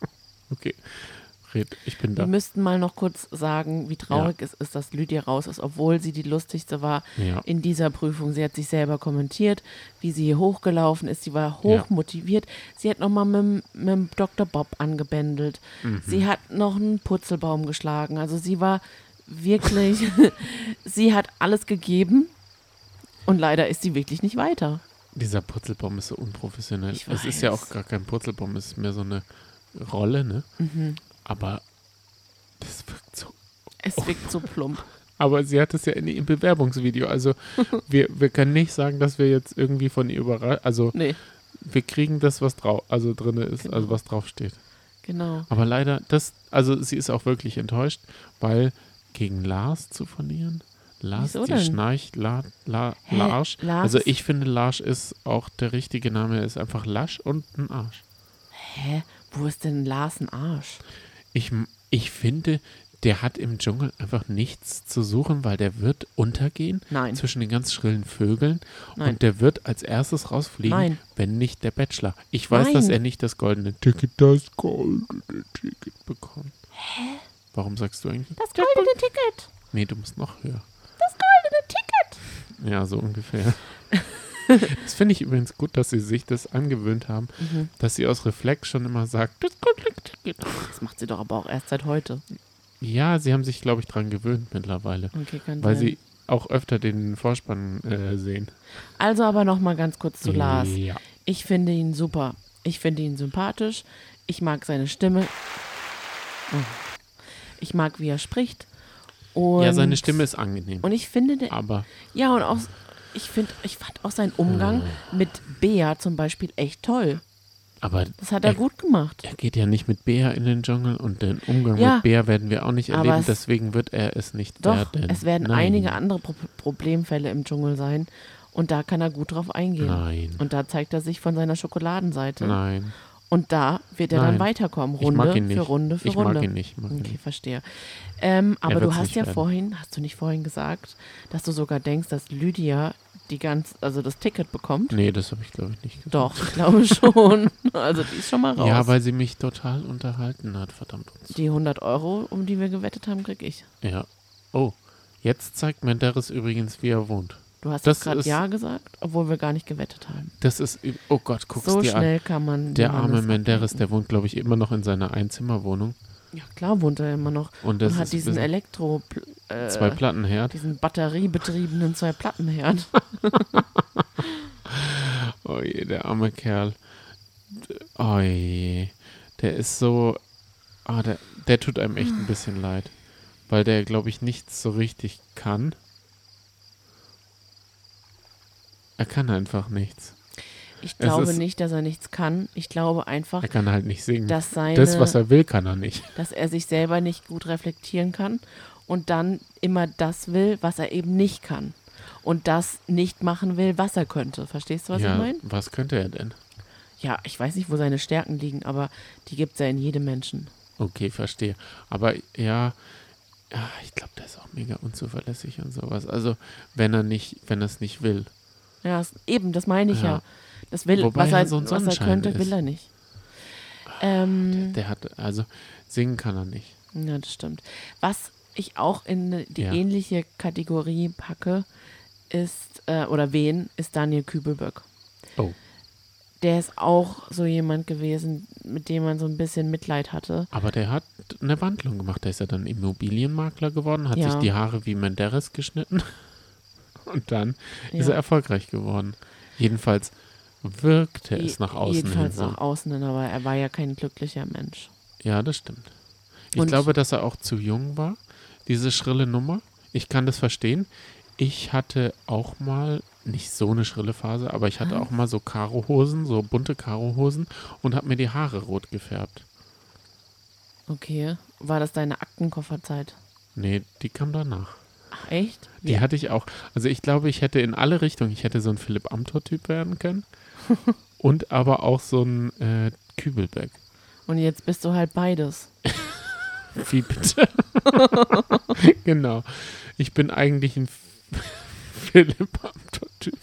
okay, red, ich bin Wir da. müssten mal noch kurz sagen, wie traurig es ist, dass Lydia raus ist, obwohl sie die lustigste war Ja. in dieser Prüfung. Sie hat sich selber kommentiert, wie sie hier hochgelaufen ist. Sie war Ja. hochmotiviert. Sie hat nochmal mit, dem- mit dem Dr. Bob angebändelt. Mhm. Sie hat noch einen Purzelbaum geschlagen. Also sie war wirklich, sie hat alles gegeben und leider ist sie wirklich nicht weiter. Dieser Purzelbaum ist so unprofessionell. Ich Es ist ja weiß. auch gar kein Purzelbaum, es ist mehr so eine Rolle, ne? Mhm. Aber das wirkt so Es Oh. wirkt so plump. Aber sie hat es ja in ihrem Bewerbungsvideo. Also wir, wir können nicht sagen, dass wir jetzt irgendwie von ihr überrascht. Also Nee, wir kriegen das, was drau also drin ist, Genau. also was draufsteht. genau. Aber leider, das, also sie ist auch wirklich enttäuscht, weil gegen Lars zu verlieren. Lars, Wieso die denn? Schnarch, la, la, Hä? Larsch. Lars? Also ich finde, Larsch ist auch der richtige Name, Er ist einfach Lasch und ein Arsch. Hä? Wo ist denn Lars ein Arsch? Ich, m- ich finde, der hat im Dschungel einfach nichts zu suchen, weil der wird untergehen. Nein. zwischen den ganz schrillen Vögeln Nein. und der wird als erstes rausfliegen, Nein. wenn nicht der Bachelor. Ich weiß, dass Nein. er nicht das goldene Ticket, das goldene Ticket bekommt. Hä? Warum sagst du eigentlich? Das goldene Ticket. Nee, du musst noch höher. Das goldene Ticket. Ja, so ungefähr. das finde ich übrigens gut, dass sie sich das angewöhnt haben, Mhm. dass sie aus Reflex schon immer sagt, das goldene Ticket. Das macht sie doch aber auch erst seit heute. Ja, sie haben sich, glaube ich, dran gewöhnt mittlerweile, Okay, kann weil sein. sie auch öfter den Vorspann äh, sehen. Also aber noch mal ganz kurz zu Lars. Ja. Ich finde ihn super. Ich finde ihn sympathisch. Ich mag seine Stimme. Oh. Ich mag, wie er spricht. Und, ja, seine Stimme Ah. ist angenehm. Und ich finde, der, Aber ja, und auch, ich finde, ich fand auch seinen Umgang Oh. mit Bea zum Beispiel echt toll. Aber Das hat er er, gut gemacht. er geht ja nicht mit Bea in den Dschungel und den Umgang Ja. mit Bea werden wir auch nicht Aber erleben, es- deswegen wird er es nicht Doch, werden. es werden Nein. einige andere Pro Problemfälle im Dschungel sein. Und da kann er gut drauf eingehen. Nein. Und da zeigt er sich von seiner Schokoladenseite. Nein, Und da wird er Nein. dann weiterkommen, ich mag ihn Runde nicht. für Runde für ich Runde. mag ihn nicht. Ich mag ihn Okay, nicht. verstehe. Ähm, aber wird's du hast nicht ja werden. vorhin, hast du nicht vorhin gesagt, dass du sogar denkst, dass Lydia die ganz, also das Ticket bekommt? Nee, das habe ich glaube ich nicht gesagt. Doch, ich glaube schon. Also die ist schon mal raus. Ja, weil sie mich total unterhalten hat, verdammt uns. die 100 Euro, um die wir gewettet haben, krieg ich. Ja. Oh, jetzt zeigt Menderes übrigens, wie er wohnt. Du hast Das jetzt gerade ist- Ja gesagt, obwohl wir gar nicht gewettet haben. Das ist, üb- oh Gott, guckst So dir an. schnell kann man. Der jemanden arme das Menderes, ablenken. der wohnt, glaube ich, immer noch in seiner Einzimmerwohnung. Ja, klar wohnt er immer noch. Und und das ist hat ein diesen bisschen- Elektro. Äh, Zwei Plattenherd. diesen batteriebetriebenen Zwei-Plattenherd. Oh je, der arme Kerl. Oh je. Der ist so. Ah, der, der tut einem echt ein bisschen leid. Weil der, glaube ich, nichts so richtig kann. Er kann einfach nichts. Ich glaube ist- nicht, dass er nichts kann. Ich glaube einfach, Er kann halt nicht singen. dass seine. das, was er will, kann er nicht. dass er sich selber nicht gut reflektieren kann und dann immer das will, was er eben nicht kann. Und das nicht machen will, was er könnte. Verstehst du, was ja, ich meine? was könnte er denn? Ja, ich weiß nicht, wo seine Stärken liegen, aber die gibt es ja in jedem Menschen. Okay, verstehe. Aber ja, ja ich glaube, der ist auch mega unzuverlässig und sowas. Also, wenn er nicht, wenn er es nicht will. Ja, das, eben, das meine ich ja. Ja. Das will, Wobei was er er, so ein was er Sonnenschein könnte, ist. will er nicht. Ähm, Der hat, also, singen kann er nicht. ja, das stimmt. Was ich auch in die Ja. ähnliche Kategorie packe, ist, äh, oder wen, ist Daniel Kübelböck. Oh. der ist auch so jemand gewesen, mit dem man so ein bisschen Mitleid hatte. Aber der hat eine Wandlung gemacht. Der ist ja dann Immobilienmakler geworden, hat Ja. sich die Haare wie Menderes geschnitten und dann ist Ja. er erfolgreich geworden. Jedenfalls wirkte es nach außen Jedenfalls hin so. nach außen hin, aber er war ja kein glücklicher Mensch. Ja, das stimmt. Ich Und- glaube, dass er auch zu jung war, diese schrille Nummer. Ich kann das verstehen. Ich hatte auch mal, nicht so eine schrille Phase, aber Ah. ich hatte auch mal so Karohosen, so bunte Karohosen und habe mir die Haare rot gefärbt. Okay. War das deine Aktenkofferzeit? Nee, die kam danach. Ach, echt? Die hatte ich auch. Also ich glaube, ich hätte in alle Richtungen, ich hätte so ein Philipp Amthor-Typ werden können und aber auch so ein äh, Kübelberg. Und jetzt bist du halt beides. Wie bitte? genau. Ich bin eigentlich ein Philipp Amthor-Typ.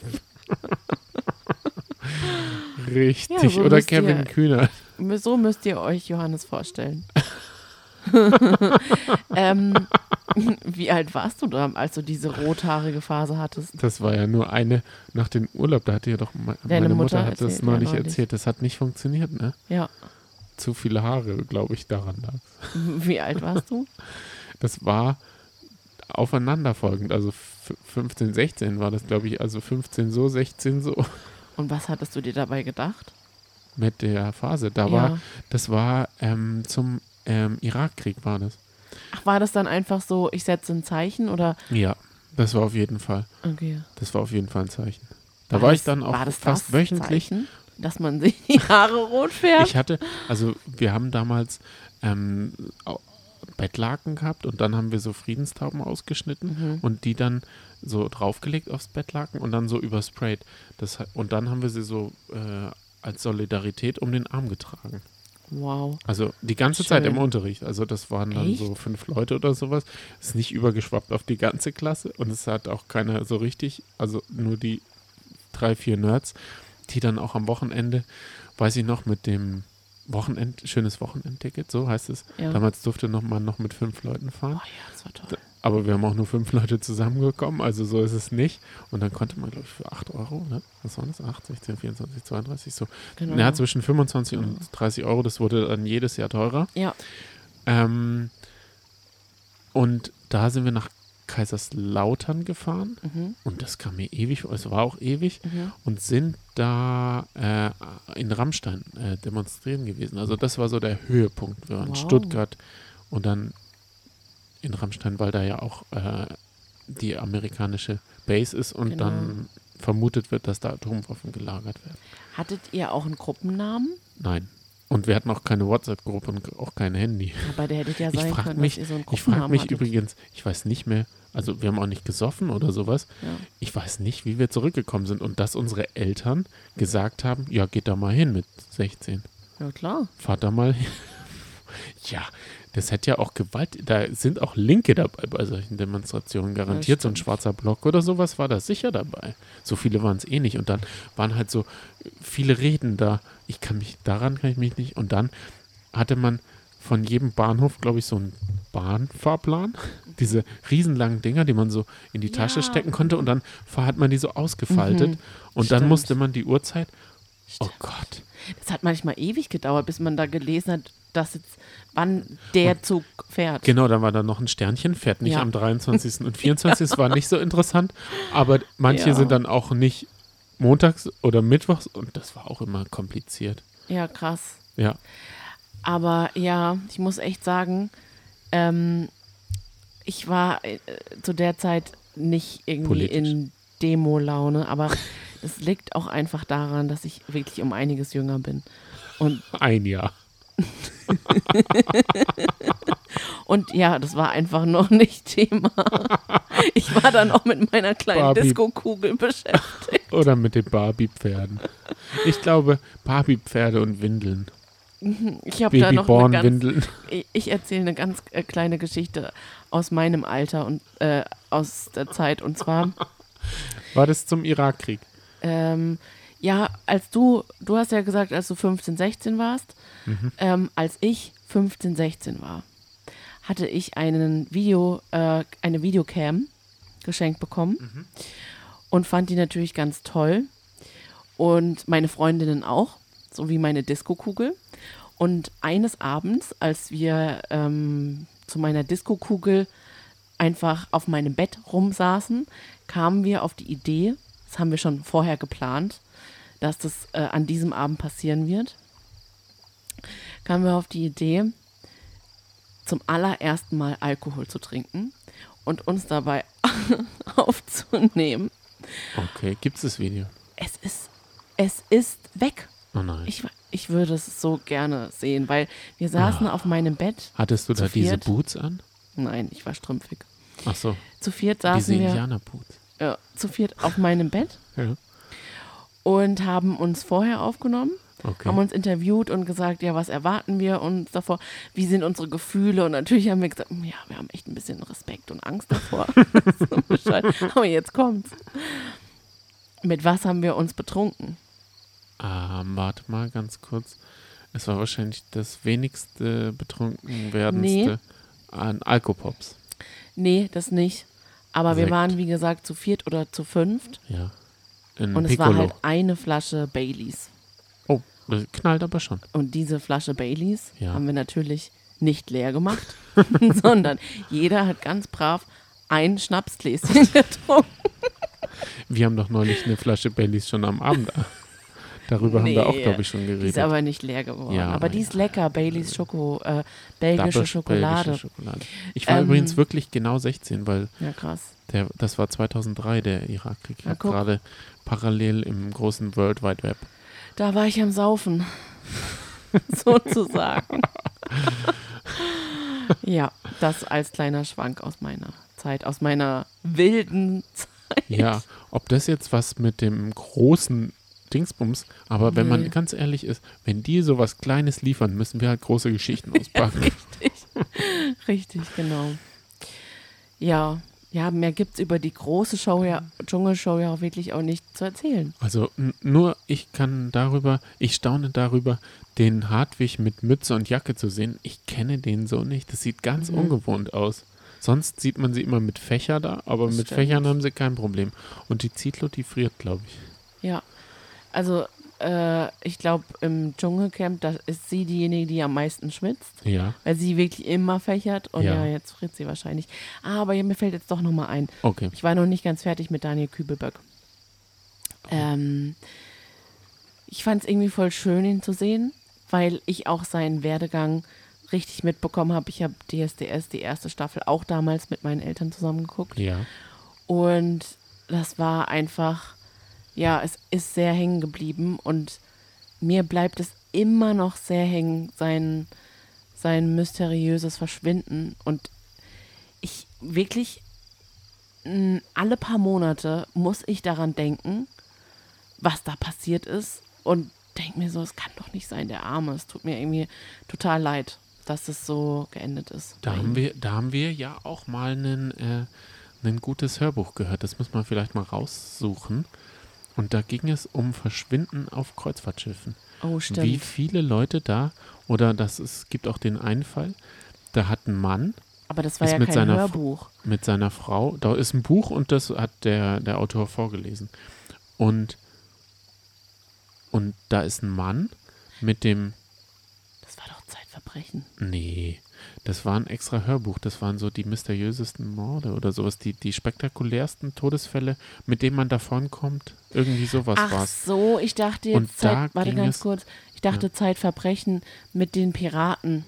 Richtig. Ja, so Oder müsst ihr- Kevin Kühner. So müsst ihr euch Johannes vorstellen. ähm, wie alt warst du da, als du diese rothaarige Phase hattest? Das war ja nur eine nach dem Urlaub. Da hatte ja doch me Deine meine Mutter Mutter, hat das erzählt, ja, neulich, neulich. erzählt. Das hat nicht funktioniert, ne? Ja. Zu viele Haare, glaube ich, daran lag. Wie alt warst du? Das war aufeinanderfolgend. Also f- 15, 16 war das, glaube ich. Also 15 so, 16 so. Und was hattest du dir dabei gedacht? Mit der Phase. Da war, ja. das war ähm, zum ähm, Irakkrieg war das. Ach, war das dann einfach so, ich setze ein Zeichen oder? Ja. Das war auf jeden Fall. Okay. Das war auf jeden Fall ein Zeichen. Da war, ich das- dann auch war das fast das wöchentlich hm? Zeichen, dass man sich die Haare rot färbt? Ich hatte, also wir haben damals ähm, au- Bettlaken gehabt und dann haben wir so Friedenstauben ausgeschnitten und die dann so draufgelegt aufs Bettlaken und dann so übersprayt. Das, he- und dann haben wir sie so äh, als Solidarität um den Arm getragen. wow. Also die ganze Schön. Zeit im Unterricht. Also das waren dann Echt? so fünf Leute oder sowas. Ist nicht übergeschwappt auf die ganze Klasse und es hat auch keiner so richtig, also nur die drei, vier Nerds, die dann auch am Wochenende, weiß ich noch, mit dem Wochenend, schönes Wochenendticket, so heißt es. Ja. Damals durfte noch man noch mit fünf Leuten fahren. Oh ja, das war toll. Aber wir haben auch nur fünf Leute zusammengekommen, also so ist es nicht. Und dann konnte man, glaube ich, für 8 Euro, ne? Was waren das? 8, 16, 24, 32, so. Genau. Ja, zwischen 25 und 30 Euro, das wurde dann jedes Jahr teurer. Ja. Ähm, und da sind wir nach Kaiserslautern gefahren Mhm. und das kam mir ewig, vor, es war auch ewig Mhm. und sind da äh, in Rammstein äh, demonstrieren gewesen. Also das war so der Höhepunkt. Wir waren in Wow. Stuttgart und dann in Rammstein, weil da ja auch äh, die amerikanische Base ist und Genau. dann vermutet wird, dass da Atomwaffen gelagert werden. Hattet ihr auch einen Gruppennamen? Nein. Und wir hatten auch keine WhatsApp-Gruppe und auch kein Handy. Aber der hätte ja Ich sein frag können, mich- dass ihr so einen Ich frage Gruppennamen mich hattet. übrigens, ich weiß nicht mehr, also wir haben auch nicht gesoffen oder sowas. Ja. Ich weiß nicht, wie wir zurückgekommen sind und dass unsere Eltern gesagt haben, ja, geht da mal hin mit 16. ja, klar. Fahrt da mal hin. ja, das hätte ja auch Gewalt, da sind auch Linke dabei bei solchen Demonstrationen garantiert. so ein stimmt. schwarzer Block oder sowas war da sicher dabei. So viele waren es eh nicht. Und dann waren halt so viele Reden da. Ich kann mich, daran kann ich mich nicht. Und dann hatte man von jedem Bahnhof, glaube ich, so einen Bahnfahrplan. Diese riesenlangen Dinger, die man so in die Ja. Mhm. Tasche stecken konnte. Und dann hat man die so ausgefaltet. Und dann Stimmt. musste man die Uhrzeit. Oh Gott. Das hat manchmal ewig gedauert, bis man da gelesen hat, dass jetzt, wann der Zug fährt. Genau, dann war da noch ein Sternchen, fährt nicht Ja. am 23. und 24. Es war nicht so interessant, aber manche Ja. sind dann auch nicht montags oder mittwochs und das war auch immer kompliziert. Ja, krass. Ja, Aber ja, ich muss echt sagen, ähm, ich war äh, zu der Zeit nicht irgendwie Politisch. in Demo-Laune, aber das liegt auch einfach daran, dass ich wirklich um einiges jünger bin. Und, ein Jahr. und ja, das war einfach noch nicht Thema. Ich war dann auch mit meiner kleinen Barbie. Disco-Kugel beschäftigt. Oder mit den Barbie-Pferden. Ich glaube, Barbie-Pferde und Windeln. Ich habe da noch eine ganz Babyborn-Windeln. Ich- Ich erzähle eine ganz äh, kleine Geschichte aus meinem Alter und äh, aus der Zeit. Und zwar, War das zum Irakkrieg? ähm, ja, als du, du hast ja gesagt, als du 15, 16 warst, ähm, als ich 15, 16 war, hatte ich einen Video, äh, eine Videocam geschenkt bekommen und fand die natürlich ganz toll. Und meine Freundinnen auch, sowie meine Diskokugel. Und eines Abends, als wir ähm, zu meiner Diskokugel einfach auf meinem Bett rumsaßen, kamen wir auf die Idee, das haben wir schon vorher geplant, dass das äh, an diesem Abend passieren wird, kamen wir auf die Idee, zum allerersten Mal Alkohol zu trinken und uns dabei aufzunehmen. Okay, gibt es das Video? Es ist, es ist weg. Oh nein. Ich, ich würde es so gerne sehen, weil wir saßen auf meinem Bett. Hattest du zu da diese viert. Boots an? Nein, ich war strümpfig. Ach so, Zu viert diese saßen wir Indianer-Boots. äh, zu viert auf meinem Bett Ja. und haben uns vorher aufgenommen, Okay. haben uns interviewt und gesagt, ja, was erwarten wir uns davor, wie sind unsere Gefühle und natürlich haben wir gesagt, "Hm, ja, wir haben echt ein bisschen Respekt und Angst davor. so ein Bescheid. Aber jetzt kommt's. Mit was haben wir uns betrunken? Ähm, warte mal ganz kurz. Es war wahrscheinlich das wenigste betrunken werdendste an Alkopops. Nee, das nicht. Aber wir Sekt. waren, wie gesagt, zu viert oder zu fünft Ja. In und es Piccolo. war halt eine Flasche Baileys. oh, das knallt aber schon. Und diese Flasche Baileys Ja. haben wir natürlich nicht leer gemacht, sondern jeder hat ganz brav ein Schnapsgläschen getrunken. Wir haben doch neulich eine Flasche Baileys schon am Abend. Darüber haben wir auch, Nee, glaube ich, schon Die ist geredet. aber nicht leer geworden. Ja, aber die ist lecker, Baileys Schoko, äh, belgische Dapper- Schokolade. belgische Schokolade. Ich war Ähm, übrigens wirklich genau 16, weil Ja, krass. der, das war 2003, der Irakkrieg. Ich Na, habe guck. gerade parallel im großen World Wide Web. Da war ich am Saufen, sozusagen. ja, das als kleiner Schwank aus meiner Zeit, aus meiner wilden Zeit. Ja, ob das jetzt was mit dem großen Dingsbums, aber wenn Nee. man ganz ehrlich ist, wenn die sowas Kleines liefern, müssen wir halt große Geschichten auspacken. Richtig, genau. Ja, ja, mehr gibt's über die große Show ja, Dschungelshow ja auch wirklich auch nicht zu erzählen. Also n- nur ich kann darüber, ich staune darüber, den Hartwig mit Mütze und Jacke zu sehen. Ich kenne den so nicht. Das sieht ganz ungewohnt aus. Sonst sieht man sie immer mit Fächer da, aber Das mit stimmt. Fächern haben sie kein Problem. Und die Zitlo, die friert, glaube ich. Ja. Also, äh, ich glaube, im Dschungelcamp, da ist sie diejenige, die am meisten schwitzt, Ja, weil sie wirklich immer fächert und ja, Ja. jetzt friert sie wahrscheinlich. Aber mir fällt jetzt doch nochmal ein. okay. Ich war noch nicht ganz fertig mit Daniel Kübelböck. Ähm, ich fand es irgendwie voll schön, ihn zu sehen, weil ich auch seinen Werdegang richtig mitbekommen habe. Ich habe DSDS, die erste Staffel, auch damals mit meinen Eltern zusammengeguckt. Ja, Und das war einfach, ja, es ist sehr hängen geblieben und mir bleibt es immer noch sehr hängen, sein, sein mysteriöses Verschwinden. Und ich wirklich, mm, alle paar Monate muss ich daran denken, was da passiert ist und denke mir so, es kann doch nicht sein, der Arme. Es tut mir irgendwie total leid, dass es so geendet ist. da haben wir, da haben wir ja auch mal einen, äh, ein gutes Hörbuch gehört. Das muss man vielleicht mal raussuchen. Und da ging es um Verschwinden auf Kreuzfahrtschiffen. oh, stimmt. Wie viele Leute da, oder das es gibt auch den einen Fall, da hat ein Mann Aber das war ist ja mit kein seiner Fr- Hörbuch. mit seiner Frau, da ist ein Buch und das hat der, der Autor vorgelesen. Und, und da ist ein Mann mit dem, Das war doch Zeitverbrechen. nee, das war ein extra Hörbuch, das waren so die mysteriösesten Morde oder sowas, die, die spektakulärsten Todesfälle, mit denen man davonkommt, irgendwie sowas Ach war's. so, ich dachte jetzt, Und da Zeit, warte ging ganz es- kurz, ich dachte Zeitverbrechen mit den Piraten.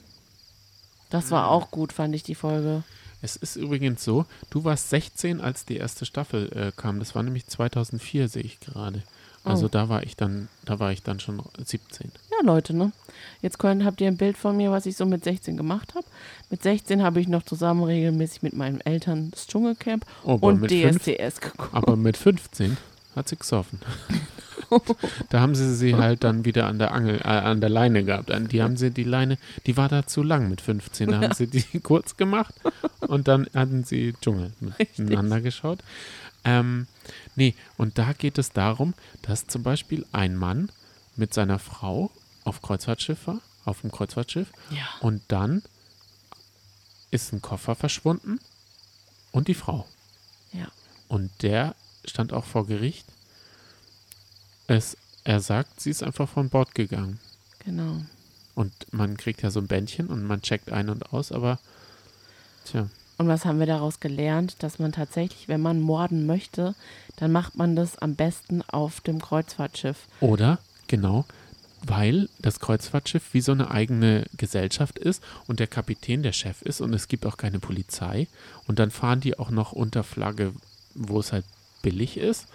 Das war auch gut, fand ich die Folge. Es ist übrigens so, du warst 16, als die erste Staffel äh, kam. Das war nämlich 2004, sehe ich gerade. Also Oh. da war ich dann, da war ich dann schon 17. Ja, Leute, ne? Jetzt könnt, habt ihr ein Bild von mir, was ich so mit 16 gemacht habe. Mit 16 habe ich noch zusammen regelmäßig mit meinen Eltern das Dschungelcamp Oh, aber und mit fünf- DSDS geguckt. Aber mit 15 hat sie gesoffen. da haben sie sie halt dann wieder an der Angel, äh, an der Leine gehabt. An die haben sie die Leine, die war da zu lang mit 15. Da haben sie die kurz gemacht und dann hatten sie Dschungel miteinander geschaut. Ähm, nee, und da geht es darum, dass zum Beispiel ein Mann mit seiner Frau auf Kreuzfahrtschiff war, auf dem Kreuzfahrtschiff, Ja. und dann ist ein Koffer verschwunden und die Frau. Ja. Und der stand auch vor Gericht. Es, er sagt, sie ist einfach von Bord gegangen. Genau. Und man kriegt ja so ein Bändchen und man checkt ein und aus, aber tja, Und was haben wir daraus gelernt? Dass man tatsächlich, wenn man morden möchte, dann macht man das am besten auf dem Kreuzfahrtschiff. Oder, genau, weil das Kreuzfahrtschiff wie so eine eigene Gesellschaft ist und der Kapitän der Chef ist und es gibt auch keine Polizei. Und dann fahren die auch noch unter Flagge, wo es halt billig ist.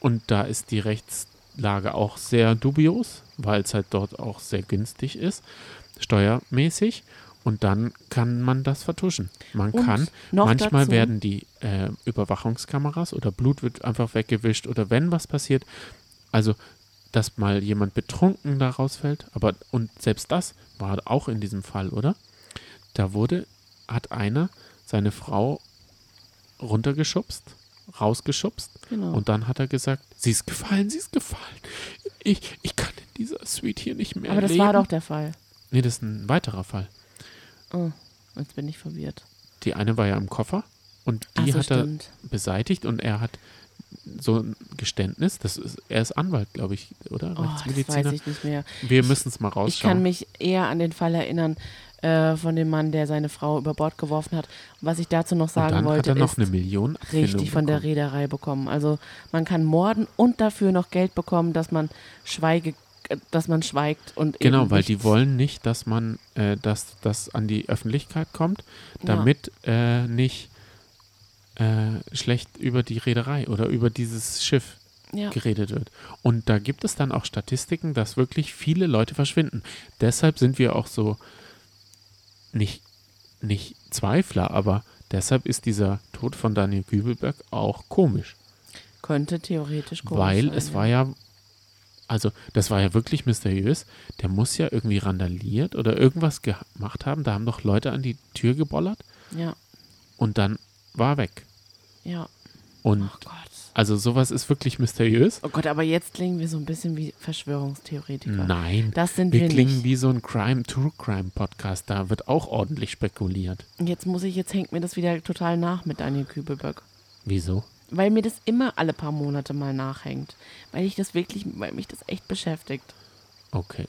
Und da ist die Rechtslage auch sehr dubios, weil es halt dort auch sehr günstig ist, steuermäßig. Und dann kann man das vertuschen. Man Und kann, noch manchmal dazu- werden die äh, Überwachungskameras oder Blut wird einfach weggewischt oder wenn was passiert, also dass mal jemand betrunken da rausfällt, aber und selbst das war auch in diesem Fall, oder? Da wurde, hat einer seine Frau runtergeschubst, rausgeschubst Genau. und dann hat er gesagt, sie ist gefallen, sie ist gefallen. Ich, ich kann in dieser Suite hier nicht mehr Aber das leben. war doch der Fall. Nee, das ist ein weiterer Fall. Oh, jetzt bin ich verwirrt. Die eine war ja im Koffer und die Ach so, hat er stimmt. beseitigt und er hat so ein Geständnis. Das ist, er ist Anwalt, glaube ich, oder? Oh, das weiß ich nicht mehr. Wir müssen es mal Ich kann rausschauen. mich eher an den Fall erinnern äh, von dem Mann, der seine Frau über Bord geworfen hat. Und was ich dazu noch und sagen dann hat wollte, er noch ist eine Million Abfindung richtig von der bekommen. Reederei bekommen. Also man kann morden und dafür noch Geld bekommen, dass man schweige, äh, dass man schweigt und Genau, eben weil nichts- die wollen nicht, dass man, äh, dass das an die Öffentlichkeit kommt, Ja. damit äh, nicht äh, schlecht über die Reederei oder über dieses Schiff ja. geredet wird. Und da gibt es dann auch Statistiken, dass wirklich viele Leute verschwinden. Deshalb sind wir auch so nicht, nicht Zweifler, aber deshalb ist dieser Tod von Daniel Kübelberg auch komisch. könnte theoretisch komisch weil sein, es ja. war ja, also das war ja wirklich mysteriös. Der muss ja irgendwie randaliert oder irgendwas gemacht haben. Da haben doch Leute an die Tür gebollert ja, und dann war er weg. ja. Und Oh Gott. also sowas ist wirklich mysteriös. Oh Gott, aber jetzt klingen wir so ein bisschen wie Verschwörungstheoretiker. Nein. Das sind Wir wir, klingen nicht. wie so ein Crime, True Crime Podcast. Da wird auch ordentlich spekuliert. Jetzt muss ich, jetzt hängt mir das wieder total nach mit Daniel Kübelböck. Wieso? Weil mir das immer alle paar Monate mal nachhängt. Weil ich das wirklich, weil mich das echt beschäftigt. Okay.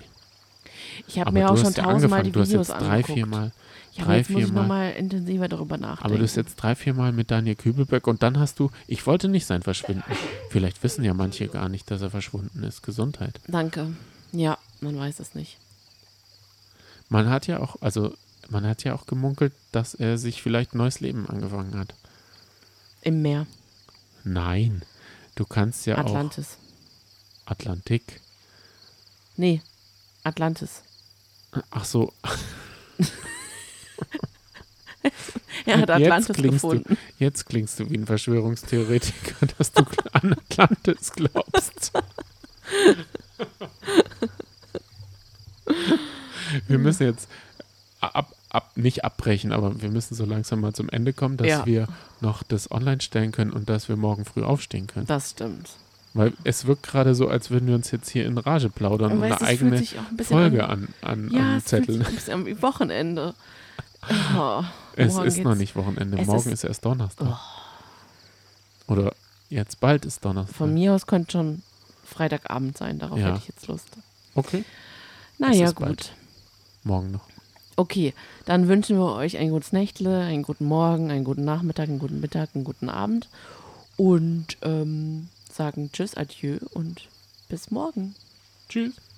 Ich habe Aber mir du auch hast schon ja tausendmal angefangen. die Du hast Videos jetzt drei, angeguckt. viermal. ja, aber drei, jetzt muss ich viermal. nochmal intensiver darüber nachdenken. Aber du hast jetzt drei, viermal mit Daniel Kübelberg und dann hast du, ich wollte nicht sein Verschwinden. Vielleicht wissen ja manche gar nicht, dass er verschwunden ist. Gesundheit. Danke. Ja, man weiß es nicht. Man hat ja auch, also man hat ja auch gemunkelt, dass er sich vielleicht ein neues Leben angefangen hat. Im Meer, Nein. Du kannst ja Atlantis. auch Atlantik. Nee, Atlantis. Ach so, Er hat Atlantis klingst gefunden. Du, jetzt klingst du wie ein Verschwörungstheoretiker, dass du an Atlantis glaubst. wir Mhm. müssen jetzt ab, ab, nicht abbrechen, aber wir müssen so langsam mal zum Ende kommen, dass Ja. wir noch das online stellen können und dass wir morgen früh aufstehen können. Das stimmt. Weil es wirkt gerade so, als würden wir uns jetzt hier in Rage plaudern und weißt, eine es fühlt eigene sich auch ein bisschen Folge an. an, an, Ja, an es fühlt sich Zetteln. ein bisschen an wie Wochenende. Oh, Es morgen ist noch geht's- nicht Wochenende, Es morgen ist- Oh. ist, erst Donnerstag. Oder jetzt bald ist Donnerstag. Von mir aus könnte schon Freitagabend sein, darauf Ja. hätte ich jetzt Lust. Okay, Naja, ist gut. bald. morgen noch. Okay, dann wünschen wir euch ein gutes Nächtle, einen guten Morgen, einen guten Nachmittag, einen guten Mittag, einen guten Abend und ähm, sagen Tschüss, Adieu und bis morgen. Tschüss.